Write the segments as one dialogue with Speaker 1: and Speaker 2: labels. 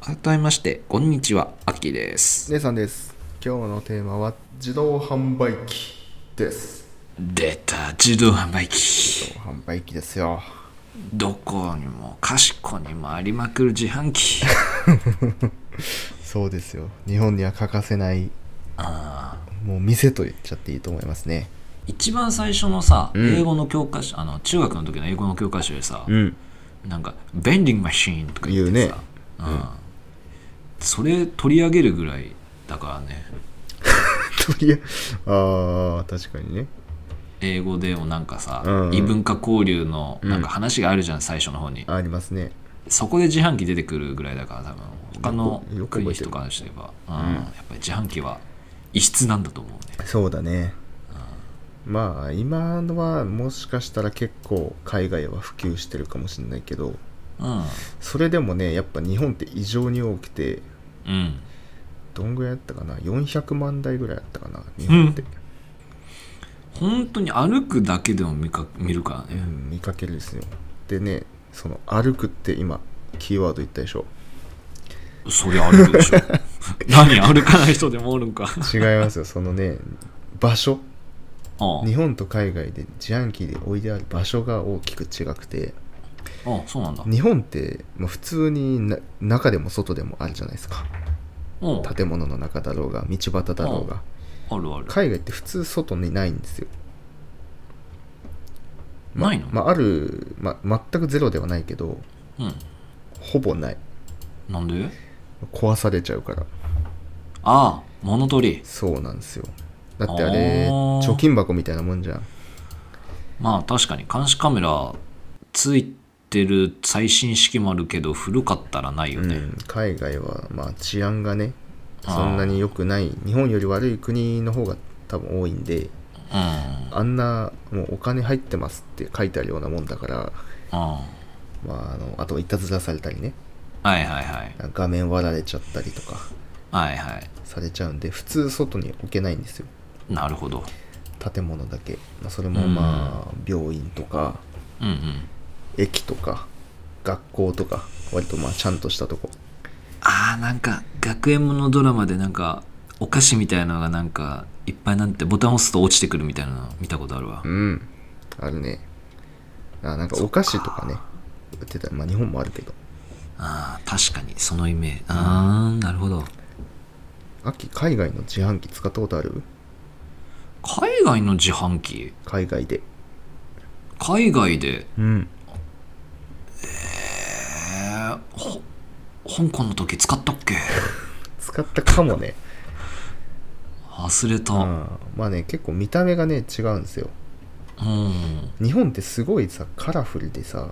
Speaker 1: 改めましてこんにちはアッキーです
Speaker 2: 姉さんです。今日のテーマは自動販売機です。
Speaker 1: 出た自動販売機
Speaker 2: 自動販売機ですよ。
Speaker 1: どこにもかしこにもありまくる自販 機
Speaker 2: そうですよ。日本には欠かせない、
Speaker 1: あー
Speaker 2: もう店と言っちゃっていいと思いますね。
Speaker 1: 一番最初のさ、
Speaker 2: うん
Speaker 1: 英語の教科書あの中学の時の英語の教科書でさ、
Speaker 2: ん。
Speaker 1: なんか「ベンディングマシーン」とか言ってさ
Speaker 2: 言うね
Speaker 1: うんそれ取り上げるぐらいだからね
Speaker 2: とりあえあー、確かにね。
Speaker 1: 英語でもなんかさ、
Speaker 2: うんうん
Speaker 1: 異文化交流のなんか話があるじゃん、最初の方に
Speaker 2: ありますね。
Speaker 1: そこで自販機出てくるぐらいだから多分他の国
Speaker 2: よくよく覚えてる
Speaker 1: の人からすれば、うんやっぱり自販機は異質なんだと思うね
Speaker 2: そうだね、まあ今のはもしかしたら結構海外は普及してるかもしれないけど
Speaker 1: う
Speaker 2: それでもねやっぱ日本って異常に多くて
Speaker 1: んうん
Speaker 2: どんぐらいあったかな400万台ぐらいあったかな日本って、
Speaker 1: 本当に歩くだけでも見か見るから
Speaker 2: う
Speaker 1: ね、
Speaker 2: ん見かけるですよでねその歩くって今キーワード言ったでしょ
Speaker 1: そりゃ歩くでし ょ何歩かない人でもおるんか
Speaker 2: 違います よそのね場所
Speaker 1: あ
Speaker 2: 日本と海外で自販機で置いてある場所が大きく違くて
Speaker 1: あああそうなんだ
Speaker 2: 日本って、まあ、普通にな中でも外でもあるじゃないですか
Speaker 1: うんあ
Speaker 2: 建物の中だろうが道端だろうが
Speaker 1: るある
Speaker 2: 海外って普通外にないんですよ、ま
Speaker 1: ないの
Speaker 2: まあ、ある、まあ、全くゼロではないけど
Speaker 1: うん
Speaker 2: ほぼない
Speaker 1: なんで
Speaker 2: 壊されちゃうから
Speaker 1: ああ物取り
Speaker 2: そうなんですよだってあれ
Speaker 1: あー
Speaker 2: 貯金箱みたいなもんじゃん
Speaker 1: まあ確かに監視カメラついてる最新式もあるけど古かったらないよ
Speaker 2: う
Speaker 1: ね、
Speaker 2: ん、海外は、まあ、治安がね
Speaker 1: あー
Speaker 2: そんなに良くない日本より悪い国の方が多分多いんで
Speaker 1: うん
Speaker 2: あんなもうお金入ってますって書いてあるようなもんだから、
Speaker 1: あ
Speaker 2: まあ、あのあといたずらされたりね
Speaker 1: あはいはいはい
Speaker 2: 画面割られちゃったりとか
Speaker 1: はいはい
Speaker 2: されちゃうんで普通外に置けないんですよ
Speaker 1: なるほど
Speaker 2: 建物だけ、まあ、それもまあ病院とか
Speaker 1: うんうん
Speaker 2: 駅とか学校とか割とまあちゃんとしたとこ
Speaker 1: ああなんか学園ものドラマでなんかお菓子みたいなのがなんかいっぱいなんてボタン押すと落ちてくるみたいなの見たことあるわ
Speaker 2: うんあるねあなんかお菓子とかね売ってたりまあ日本もあるけど
Speaker 1: ああ確かにそのイメージああなるほど
Speaker 2: 秋海外の自販機使ったことある
Speaker 1: 海外の自販機
Speaker 2: 海外で
Speaker 1: 海外で
Speaker 2: うん
Speaker 1: えー、ほ香港の時使ったっけ
Speaker 2: 使ったかもね
Speaker 1: 忘れた
Speaker 2: う
Speaker 1: うん、
Speaker 2: んまあね結構見た目がね違うんですよ
Speaker 1: うん
Speaker 2: 日本ってすごいさカラフルでさ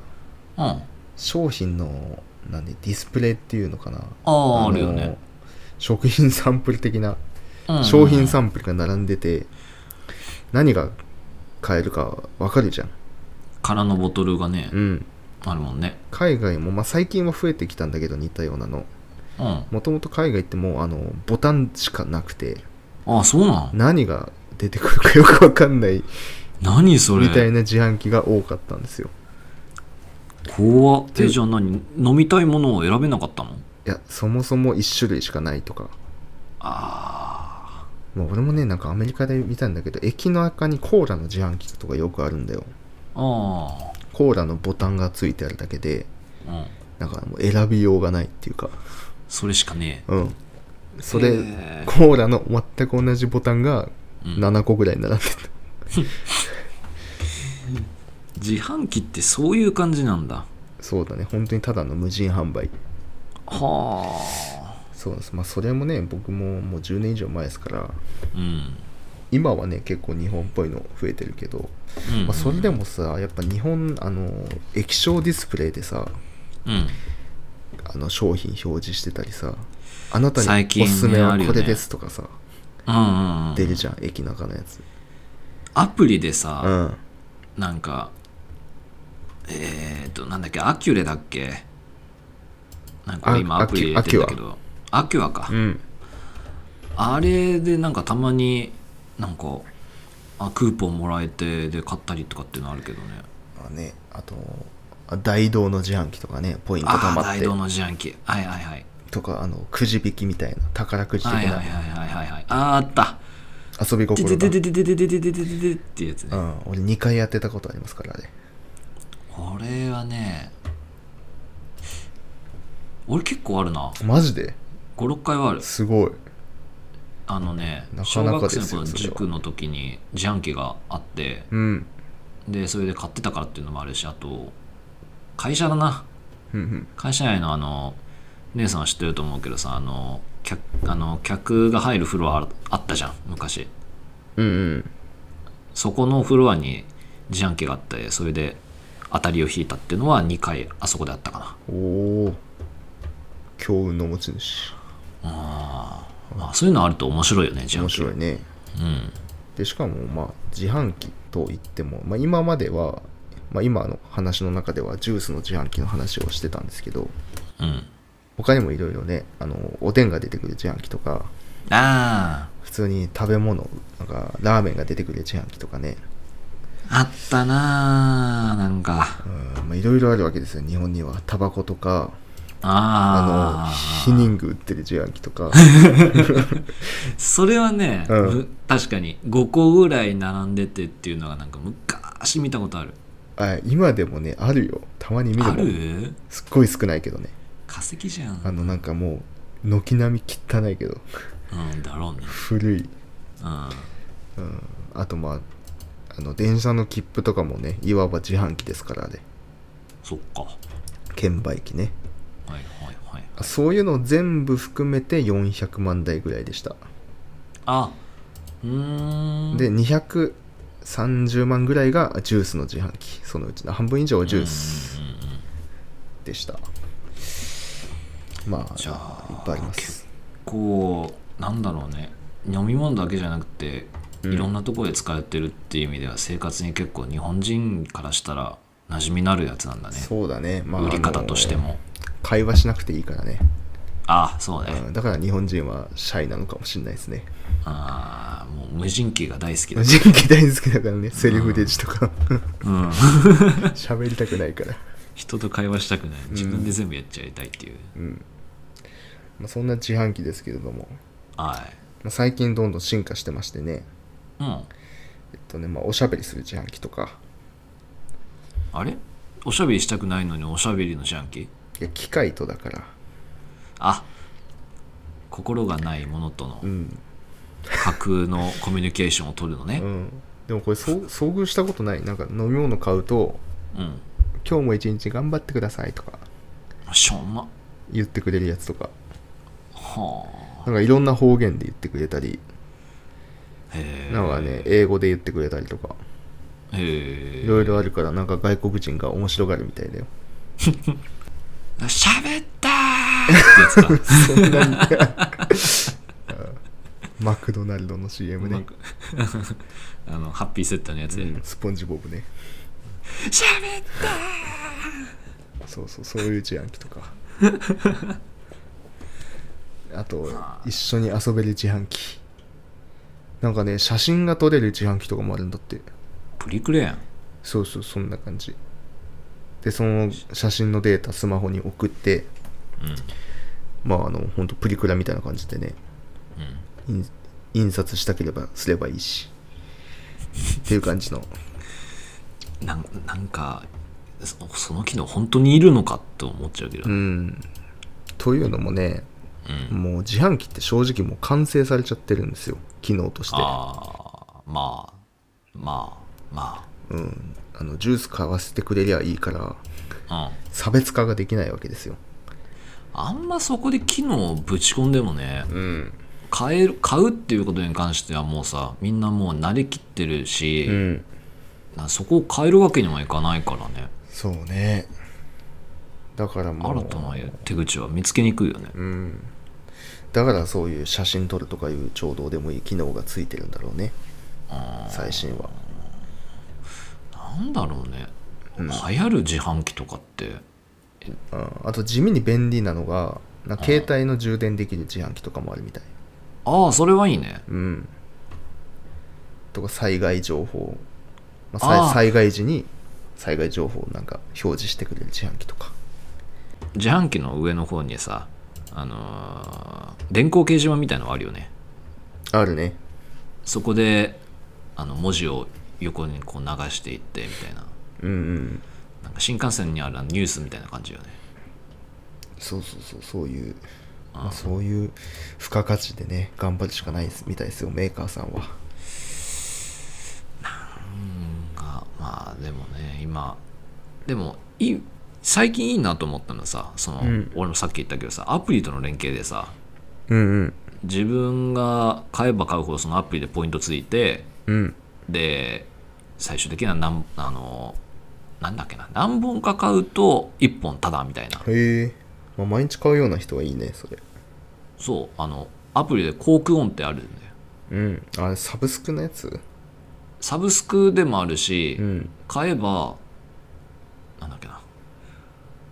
Speaker 2: 商品のなんでディスプレイっていうのかな
Speaker 1: ああ
Speaker 2: の
Speaker 1: あるよね
Speaker 2: 食品サンプル的な
Speaker 1: うん
Speaker 2: 商品サンプルが並んでて、何が買えるか分かるじゃん、
Speaker 1: 空のボトルがね、
Speaker 2: うん、
Speaker 1: あるもんね
Speaker 2: 海外も、まあ、最近は増えてきたんだけど似たようなの
Speaker 1: うんあ
Speaker 2: もともと海外ってもうあのボタンしかなくて
Speaker 1: あそうなん
Speaker 2: 何が出てくるかよく分かんない
Speaker 1: 何それ
Speaker 2: みたいな自販機が多かったんですよ
Speaker 1: 怖っえじゃあ何飲みたいものを選べなかったの
Speaker 2: いやそもそも1種類しかないとか
Speaker 1: あ
Speaker 2: まあ、俺もねなんかアメリカで見たんだけど駅の中にコーラの自販機とかよくあるんだよ
Speaker 1: ああ
Speaker 2: コーラのボタンがついてあるだけで
Speaker 1: あうん
Speaker 2: なんかもう選びようがないっていうか
Speaker 1: それしかね
Speaker 2: うんそ
Speaker 1: へ
Speaker 2: れ
Speaker 1: ー
Speaker 2: コーラの全く同じボタンが
Speaker 1: うん
Speaker 2: 7個ぐらい並んでた、
Speaker 1: え自販機ってそういう感じなんだ
Speaker 2: そうだね本当にただの無人販売
Speaker 1: はあ
Speaker 2: そうなんですまあそれもね僕ももう10年以上前ですから
Speaker 1: うん
Speaker 2: 今はね結構日本っぽいの増えてるけど、
Speaker 1: うん
Speaker 2: まあ、それでもさやっぱ日本あの液晶ディスプレイでさ
Speaker 1: うん
Speaker 2: あの商品表示してたりさあなた
Speaker 1: 最
Speaker 2: に
Speaker 1: 近
Speaker 2: おすすめ
Speaker 1: ねあ
Speaker 2: は
Speaker 1: るよ
Speaker 2: こ
Speaker 1: ね
Speaker 2: れですとかさ、
Speaker 1: うんうんうん
Speaker 2: 出るじゃん駅中のやつ
Speaker 1: アプリで
Speaker 2: う
Speaker 1: さ、
Speaker 2: ん
Speaker 1: なんかえっ、となんだっけアキュレだっけなんか
Speaker 2: あ
Speaker 1: 俺今アプリ入れてんだけどアキュアか、
Speaker 2: うん
Speaker 1: あれでなんかたまになんかあクーポンもらえてで買ったりとかっていうのあるけどね
Speaker 2: まあねあとあ大道の自販機とかねポイント
Speaker 1: あ
Speaker 2: 貯
Speaker 1: あー
Speaker 2: まっ
Speaker 1: 大
Speaker 2: て
Speaker 1: 道の自販機はいはいはい
Speaker 2: とかあのくじ引きみたいな宝くじ的
Speaker 1: はいはいはい
Speaker 2: な
Speaker 1: はいはいはいあーあった
Speaker 2: 遊び
Speaker 1: で
Speaker 2: 心
Speaker 1: でで
Speaker 2: が
Speaker 1: でででででででででっていうやつ
Speaker 2: う
Speaker 1: ね
Speaker 2: ん俺2回やってたことありますからね
Speaker 1: これはね俺結構あるな
Speaker 2: マジで
Speaker 1: 56回はある
Speaker 2: すごい
Speaker 1: あのね
Speaker 2: なか
Speaker 1: 小
Speaker 2: なか
Speaker 1: 学
Speaker 2: で
Speaker 1: 生の
Speaker 2: す
Speaker 1: 頃
Speaker 2: よそれは
Speaker 1: 塾の時に自販機があって
Speaker 2: うん
Speaker 1: でそれで買ってたからっていうのもあるしあと会社だな
Speaker 2: うんうん
Speaker 1: 会社内のあの姉さんは知ってると思うけどさあの客あの客が入るフロアあったじゃん昔
Speaker 2: うんうん
Speaker 1: そこのフロアに自販機があってそれで当たりを引いたっていうのは2回あそこであったかな
Speaker 2: おお強運の持ち主
Speaker 1: あー、まあ、そういうのあると面白いよね自販
Speaker 2: 面
Speaker 1: 機
Speaker 2: 白いね
Speaker 1: うん
Speaker 2: でしかもまあ自販機といっても、まあ、今までは、まあ、今の話の中ではジュースの自販機の話をしてたんですけど
Speaker 1: うん
Speaker 2: 他にもいろいろねあのおでんが出てくる自販機とか
Speaker 1: あ
Speaker 2: 普通に食べ物なんかラーメンが出てくる自販機とかね
Speaker 1: ああったなーなんか
Speaker 2: うんまあいろいろあるわけですよ日本にはタバコとか
Speaker 1: あ
Speaker 2: あの
Speaker 1: あ
Speaker 2: 避妊具売ってる自販機 とか
Speaker 1: それはね、
Speaker 2: うん
Speaker 1: む確かに5個ぐらい並んでてっていうのがなんか昔見たことある
Speaker 2: あ今でもねあるよたまに見る
Speaker 1: あ
Speaker 2: もん
Speaker 1: る
Speaker 2: すっごい少ないけどね
Speaker 1: 化石じゃん
Speaker 2: あのなんかもう軒並み汚いけど
Speaker 1: うんだろうね
Speaker 2: 古い
Speaker 1: うん
Speaker 2: うん、あとまああの電車の切符とかもねいわば自販機ですからね
Speaker 1: そっかは
Speaker 2: 券売機ね
Speaker 1: いはいはい
Speaker 2: あそういうの全部含めて400万台ぐらいでした
Speaker 1: あうーん
Speaker 2: で230万ぐらいがジュースの自販機そのうちの半分以上はジュース
Speaker 1: うんうんうんうん
Speaker 2: でしたまあ
Speaker 1: じゃあ
Speaker 2: いっぱいあります
Speaker 1: こうなんだろうね飲み物だけじゃなくて
Speaker 2: うん
Speaker 1: いろんなところで使ってるっていう意味では生活に結構日本人からしたら馴染みのあるやつなんだね
Speaker 2: そうだねまあ
Speaker 1: 売り方として
Speaker 2: あ
Speaker 1: も
Speaker 2: の会話しなくていいからね、
Speaker 1: あそうね、
Speaker 2: うん、だから日本人はシャイなのかもしれないですね
Speaker 1: ああもう無人機が大好きだ、
Speaker 2: 人気大好きだからねセリフデジとか
Speaker 1: うん、
Speaker 2: 喋りたくないから
Speaker 1: 人と会話したくない自分で全部やっちゃいたいっていう、
Speaker 2: うんまあ、そんな自販機ですけれども、
Speaker 1: は
Speaker 2: まあ、最近どんどん進化してましてね、
Speaker 1: いうん
Speaker 2: えっとねまあ、おしゃべりする自販機とか
Speaker 1: あれおしゃべりしたくないのにおしゃべりの自販機
Speaker 2: いや機械とだから、
Speaker 1: あ心がないものとの
Speaker 2: うん
Speaker 1: 架空のコミュニケーションを取るの
Speaker 2: う
Speaker 1: ね
Speaker 2: ん、でもこれそう遭遇したことないなんか飲み物買うと
Speaker 1: うん
Speaker 2: 「今日も一日頑張ってください」とか
Speaker 1: しょうもな
Speaker 2: 言ってくれるやつとか
Speaker 1: は
Speaker 2: なんかいろんな方言で言ってくれたり
Speaker 1: あへえ
Speaker 2: なんかね英語で言ってくれたりとか
Speaker 1: へ
Speaker 2: い
Speaker 1: え
Speaker 2: ろいろあるからなんか外国人が面白がるみた いだよ
Speaker 1: しゃべったー ってやつだ
Speaker 2: そんなにうんマクドナルドの CM
Speaker 1: なん
Speaker 2: ね
Speaker 1: かあのハッピーセットのやつで、
Speaker 2: スポンジボブね
Speaker 1: しゃべったー
Speaker 2: そうそうそういう自販機とか あと一緒に遊べる自販機なんかね写真が撮れる自販機とかもあるんだって
Speaker 1: プリクレやん
Speaker 2: そうそうそんな感じでその写真のデータスマホに送ってまああのほんとプリクラみたいな感じでね
Speaker 1: うんうん
Speaker 2: 印印刷したければすればいいしっていう感じの
Speaker 1: なんなんかそその機能本当にいるのかって思っちゃうけど、
Speaker 2: うんというのもね
Speaker 1: うん
Speaker 2: もう自販機って正直もう完成されちゃってるんですよ機能として
Speaker 1: ああまあまあま
Speaker 2: うん、あのジュース買わせてくれりゃいいから
Speaker 1: あ、うん、
Speaker 2: 差別化ができないわけですよ、
Speaker 1: あんまそこで機能をぶち込んでもね
Speaker 2: うん、
Speaker 1: 買える買うっていうことに関してはもうさみんなもう慣れきってるし、
Speaker 2: うん
Speaker 1: なそこを変えるわけにもいかないからね
Speaker 2: そうねだからもう
Speaker 1: 新たな手口は見つけにくいよね
Speaker 2: うんだからそういう写真撮るとかいうちょうどでもいい機能がついてるんだろうね
Speaker 1: あー
Speaker 2: 最新は
Speaker 1: なんだろうね、
Speaker 2: うん
Speaker 1: 流行る自販機とかって
Speaker 2: うんあと地味に便利なのがなんか携帯の充電できる自販機とかもあるみたい
Speaker 1: ああそれはいいね
Speaker 2: うんとか災害情報、ま
Speaker 1: あー
Speaker 2: あ、さい災害時に災害情報をなんか表示してくれる自販機とか
Speaker 1: 自販機の上の方にさあのー電光掲示板みたいのあるよね
Speaker 2: あるね
Speaker 1: そこであの文字を横にこう流していってみたいな
Speaker 2: うんうん
Speaker 1: なんか新幹線にあるあのニュースみたいな感じよね
Speaker 2: そうそうそうそういう、まあ、そういう付加価値でね頑張るしかないですみたいですよメーカーさんは
Speaker 1: がまあでもね今でもいい最近いいなと思ったのはさその、
Speaker 2: うん
Speaker 1: 俺もさっき言ったけどさアプリとの連携でさ
Speaker 2: うんうん
Speaker 1: 自分が買えば買うほどそのアプリでポイントついて
Speaker 2: うん
Speaker 1: で最終的にはなんあのなんだっけな何本か買うと1本タダみたいな
Speaker 2: へえ、まあ、毎日買うような人はいいねそれ
Speaker 1: そうあのアプリで航空音ってあるんだよ
Speaker 2: うんあれサブスクのやつ
Speaker 1: サブスクでもあるし、
Speaker 2: うん
Speaker 1: 買えばなんだっけな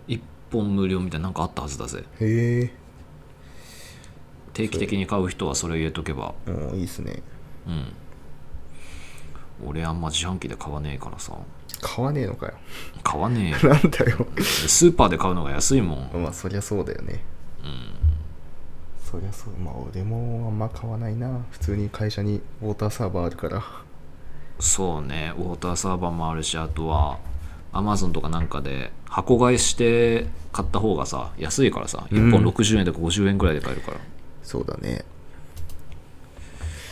Speaker 1: 1本無料みたいななんかあったはずだぜ
Speaker 2: へえ
Speaker 1: 定期的に買う人はそれを入れとけば
Speaker 2: うんいいっすね
Speaker 1: うん俺あんま自販機で買わねえからさ
Speaker 2: 買わねえのかよ
Speaker 1: 買わねえよ
Speaker 2: なんだよ
Speaker 1: スーパーで買うのが安いもん
Speaker 2: まあそりゃそうだよねそりゃそうまあ俺もあんま買わないな普通に会社にウォーターサーバーあるから
Speaker 1: そうねウォーターサーバーもあるしあとはアマゾンとかなんかで箱買いして買った方がさ安いからさ
Speaker 2: うん
Speaker 1: 1本60円とか50円くらいで買えるから、
Speaker 2: そうだね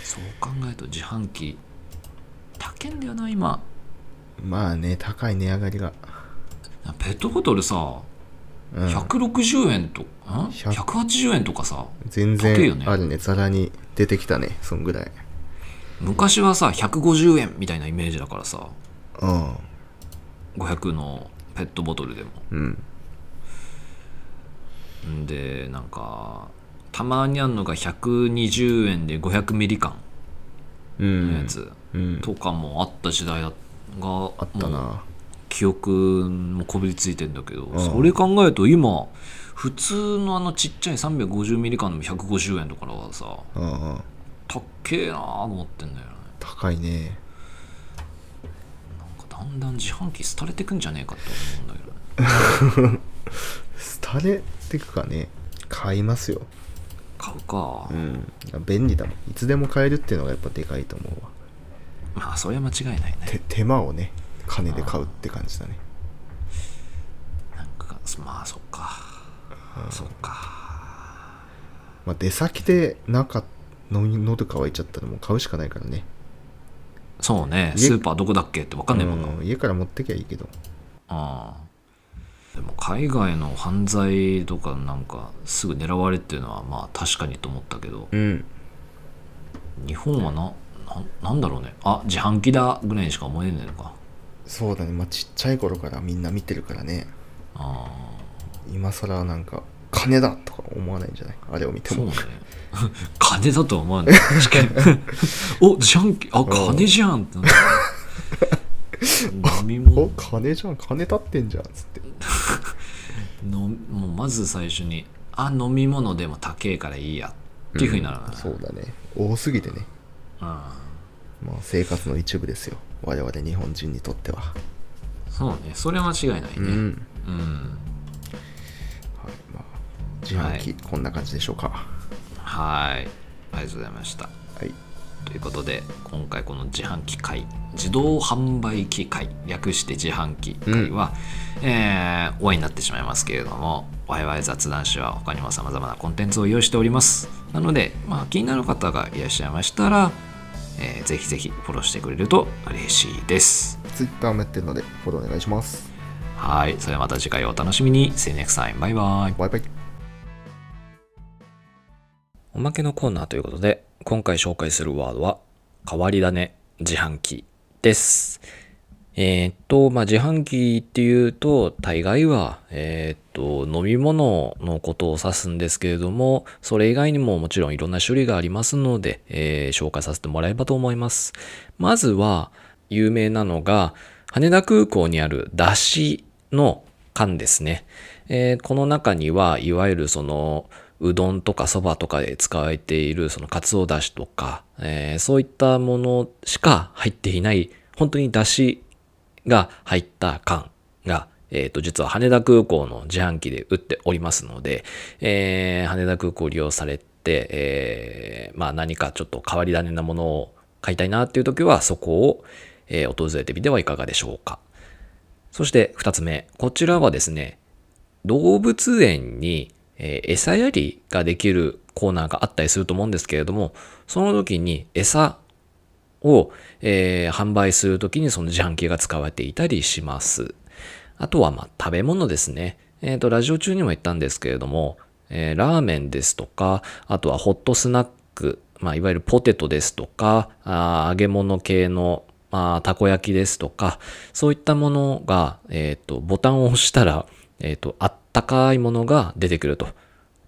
Speaker 1: そう考えると自販機高えんだよな今
Speaker 2: まあね高い値上がりが
Speaker 1: ペットボトルさ
Speaker 2: うん
Speaker 1: 160円と、ん、
Speaker 2: 100
Speaker 1: 180円とかさ
Speaker 2: 全
Speaker 1: 高いよね
Speaker 2: 然あるねざらに出てきたねそんぐらい
Speaker 1: 昔はさ150円みたいなイメージだからさ
Speaker 2: うん
Speaker 1: 500のペットボトルでも
Speaker 2: うん
Speaker 1: んでなんかたまにあんのが120円で500ミリ缶
Speaker 2: う
Speaker 1: の
Speaker 2: ん
Speaker 1: やつ
Speaker 2: うん
Speaker 1: とかもあった時代だが
Speaker 2: あっ
Speaker 1: も
Speaker 2: た
Speaker 1: う
Speaker 2: な
Speaker 1: 記憶もこびりついてんだけど、
Speaker 2: ん
Speaker 1: それ考えると今普通のあのちっちゃい350ミリ缶でも150円とかだからさ
Speaker 2: うんうん
Speaker 1: たっけえなーと思ってんだよね
Speaker 2: 高いね
Speaker 1: なんかだんだん自販機廃れてくんじゃねえかって思うんだけどね
Speaker 2: 廃れてくかね買いますよ
Speaker 1: 買うか、
Speaker 2: うん便利だもんいつでも買えるっていうのがやっぱでかいと思うわ
Speaker 1: まあそれは間違いないね
Speaker 2: 手手間をね金で買うって感じだね
Speaker 1: なんかまあそっかそっか
Speaker 2: まあ、出先で中の喉乾いちゃったらもう買うしかないからね
Speaker 1: そうね
Speaker 2: 家
Speaker 1: スーパーどこだっけって分かんないもんな
Speaker 2: うん家から持ってきゃいいけど
Speaker 1: ああでも海外の犯罪とかなんかすぐ狙われっていうのはまあ確かにと思ったけど
Speaker 2: うん
Speaker 1: 日本はなななんだろうねあ自販機だぐらいにしか思えねえのか
Speaker 2: そうだねまあちっちゃい頃からみんな見てるからね
Speaker 1: ああ
Speaker 2: 今更なんか金だとか思わないんじゃないあれを見て
Speaker 1: そう
Speaker 2: も
Speaker 1: ね 金だとは思わない確かに お自販機あ金じゃんってなる飲み
Speaker 2: お
Speaker 1: 物
Speaker 2: 金じゃん金立ってんじゃんつって
Speaker 1: のもうまず最初にあ飲み物でも高えからいいやっていうふうになるな、
Speaker 2: そうだね多すぎてね
Speaker 1: うん
Speaker 2: まあ生活の一部ですよ我々日本人にとっては
Speaker 1: そうねそれは間違いないうね
Speaker 2: ん、
Speaker 1: うん
Speaker 2: はいまあ、自販機、こんな感じでしょうか
Speaker 1: はいありがとうございました
Speaker 2: はい
Speaker 1: ということで今回この自販機会自動販売機会略して自販機会は、えー終わりになってしまいますけれどもワイワイ雑談誌は他にも様々なコンテンツを用意しておりますなので、まあ、気になる方がいらっしゃいましたら、えーぜひぜひフォローしてくれると嬉しいです
Speaker 2: ツイッターもやってるのでフォローお願いします
Speaker 1: はいそれではまた次回をお楽しみに See you next time バイバイ
Speaker 2: バイバイ
Speaker 1: おまけのコーナーということで、今回紹介するワードは、変わり種自販機です。えーっと、まあ、自販機っていうと、大概は、えーっと、飲み物のことを指すんですけれども、それ以外にももちろんいろんな種類がありますので、えー紹介させてもらえればと思います。まずは、有名なのが、羽田空港にある出汁の缶ですね。えーこの中には、いわゆるその、うどんとかそばとかで使われているそのかつおだしとか、えーそういったものしか入っていない、本当にだしが入った缶が、えーと、実は羽田空港の自販機で売っておりますので、えー羽田空港を利用されて、えーまあ何かちょっと変わり種なものを買いたいなっていう時は、そこを、えー訪れてみてはいかがでしょうか。そして二つ目、こちらはですね、動物園に、えー餌やりができるコーナーがあったりすると思うんですけれども、その時に餌を、えー販売する時にその自販機が使われていたりします。あとは、まあ、食べ物ですね。えっ、と、ラジオ中にも言ったんですけれども、えーラーメンですとか、あとはホットスナック、まあ、いわゆるポテトですとか、あー揚げ物系の、まあ、たこ焼きですとか、そういったものが、えっ、と、ボタンを押したら、えっ、と、あったかいものが出てくると。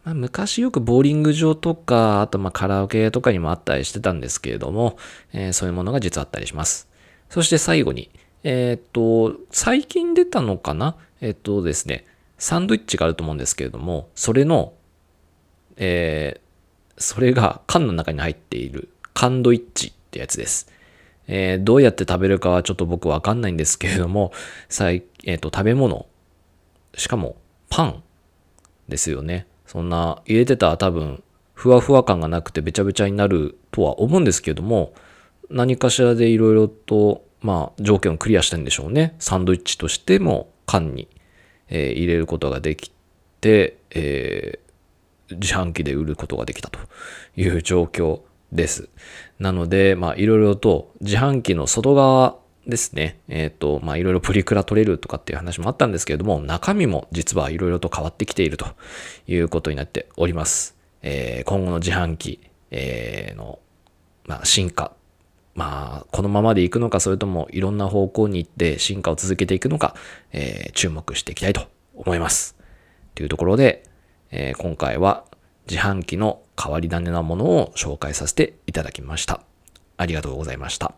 Speaker 1: まあ、昔よくボーリング場とか、あとまあカラオケとかにもあったりしてたんですけれども、えーそういうものが実はあったりします。そして最後に、えーっと、最近出たのかなえーっとですね、サンドイッチがあると思うんですけれども、それの、えーそれが缶の中に入っているカンドイッチってやつです。えーどうやって食べるかはちょっと僕わかんないんですけれども、最えーっと、食べ物、しかもパンですよね。そんな入れてたら多分ふわふわ感がなくてべちゃべちゃになるとは思うんですけれども何かしらでいろいろとまあ条件をクリアしたんでしょうね。サンドイッチとしても缶に、えー入れることができて、えー自販機で売ることができたという状況です。なので、まあ、いろいろと自販機の外側ですね、えっ、と、まあ、いろいろプリクラ取れるとかっていう話もあったんですけれども、中身も実はいろいろと変わってきているということになっております。えー今後の自販機、えーの、まあ、進化。まあ、このままでいくのか、それともいろんな方向に行って進化を続けていくのか、えー注目していきたいと思います。というところで、えー今回は自販機の変わり種なものを紹介させていただきました。ありがとうございました。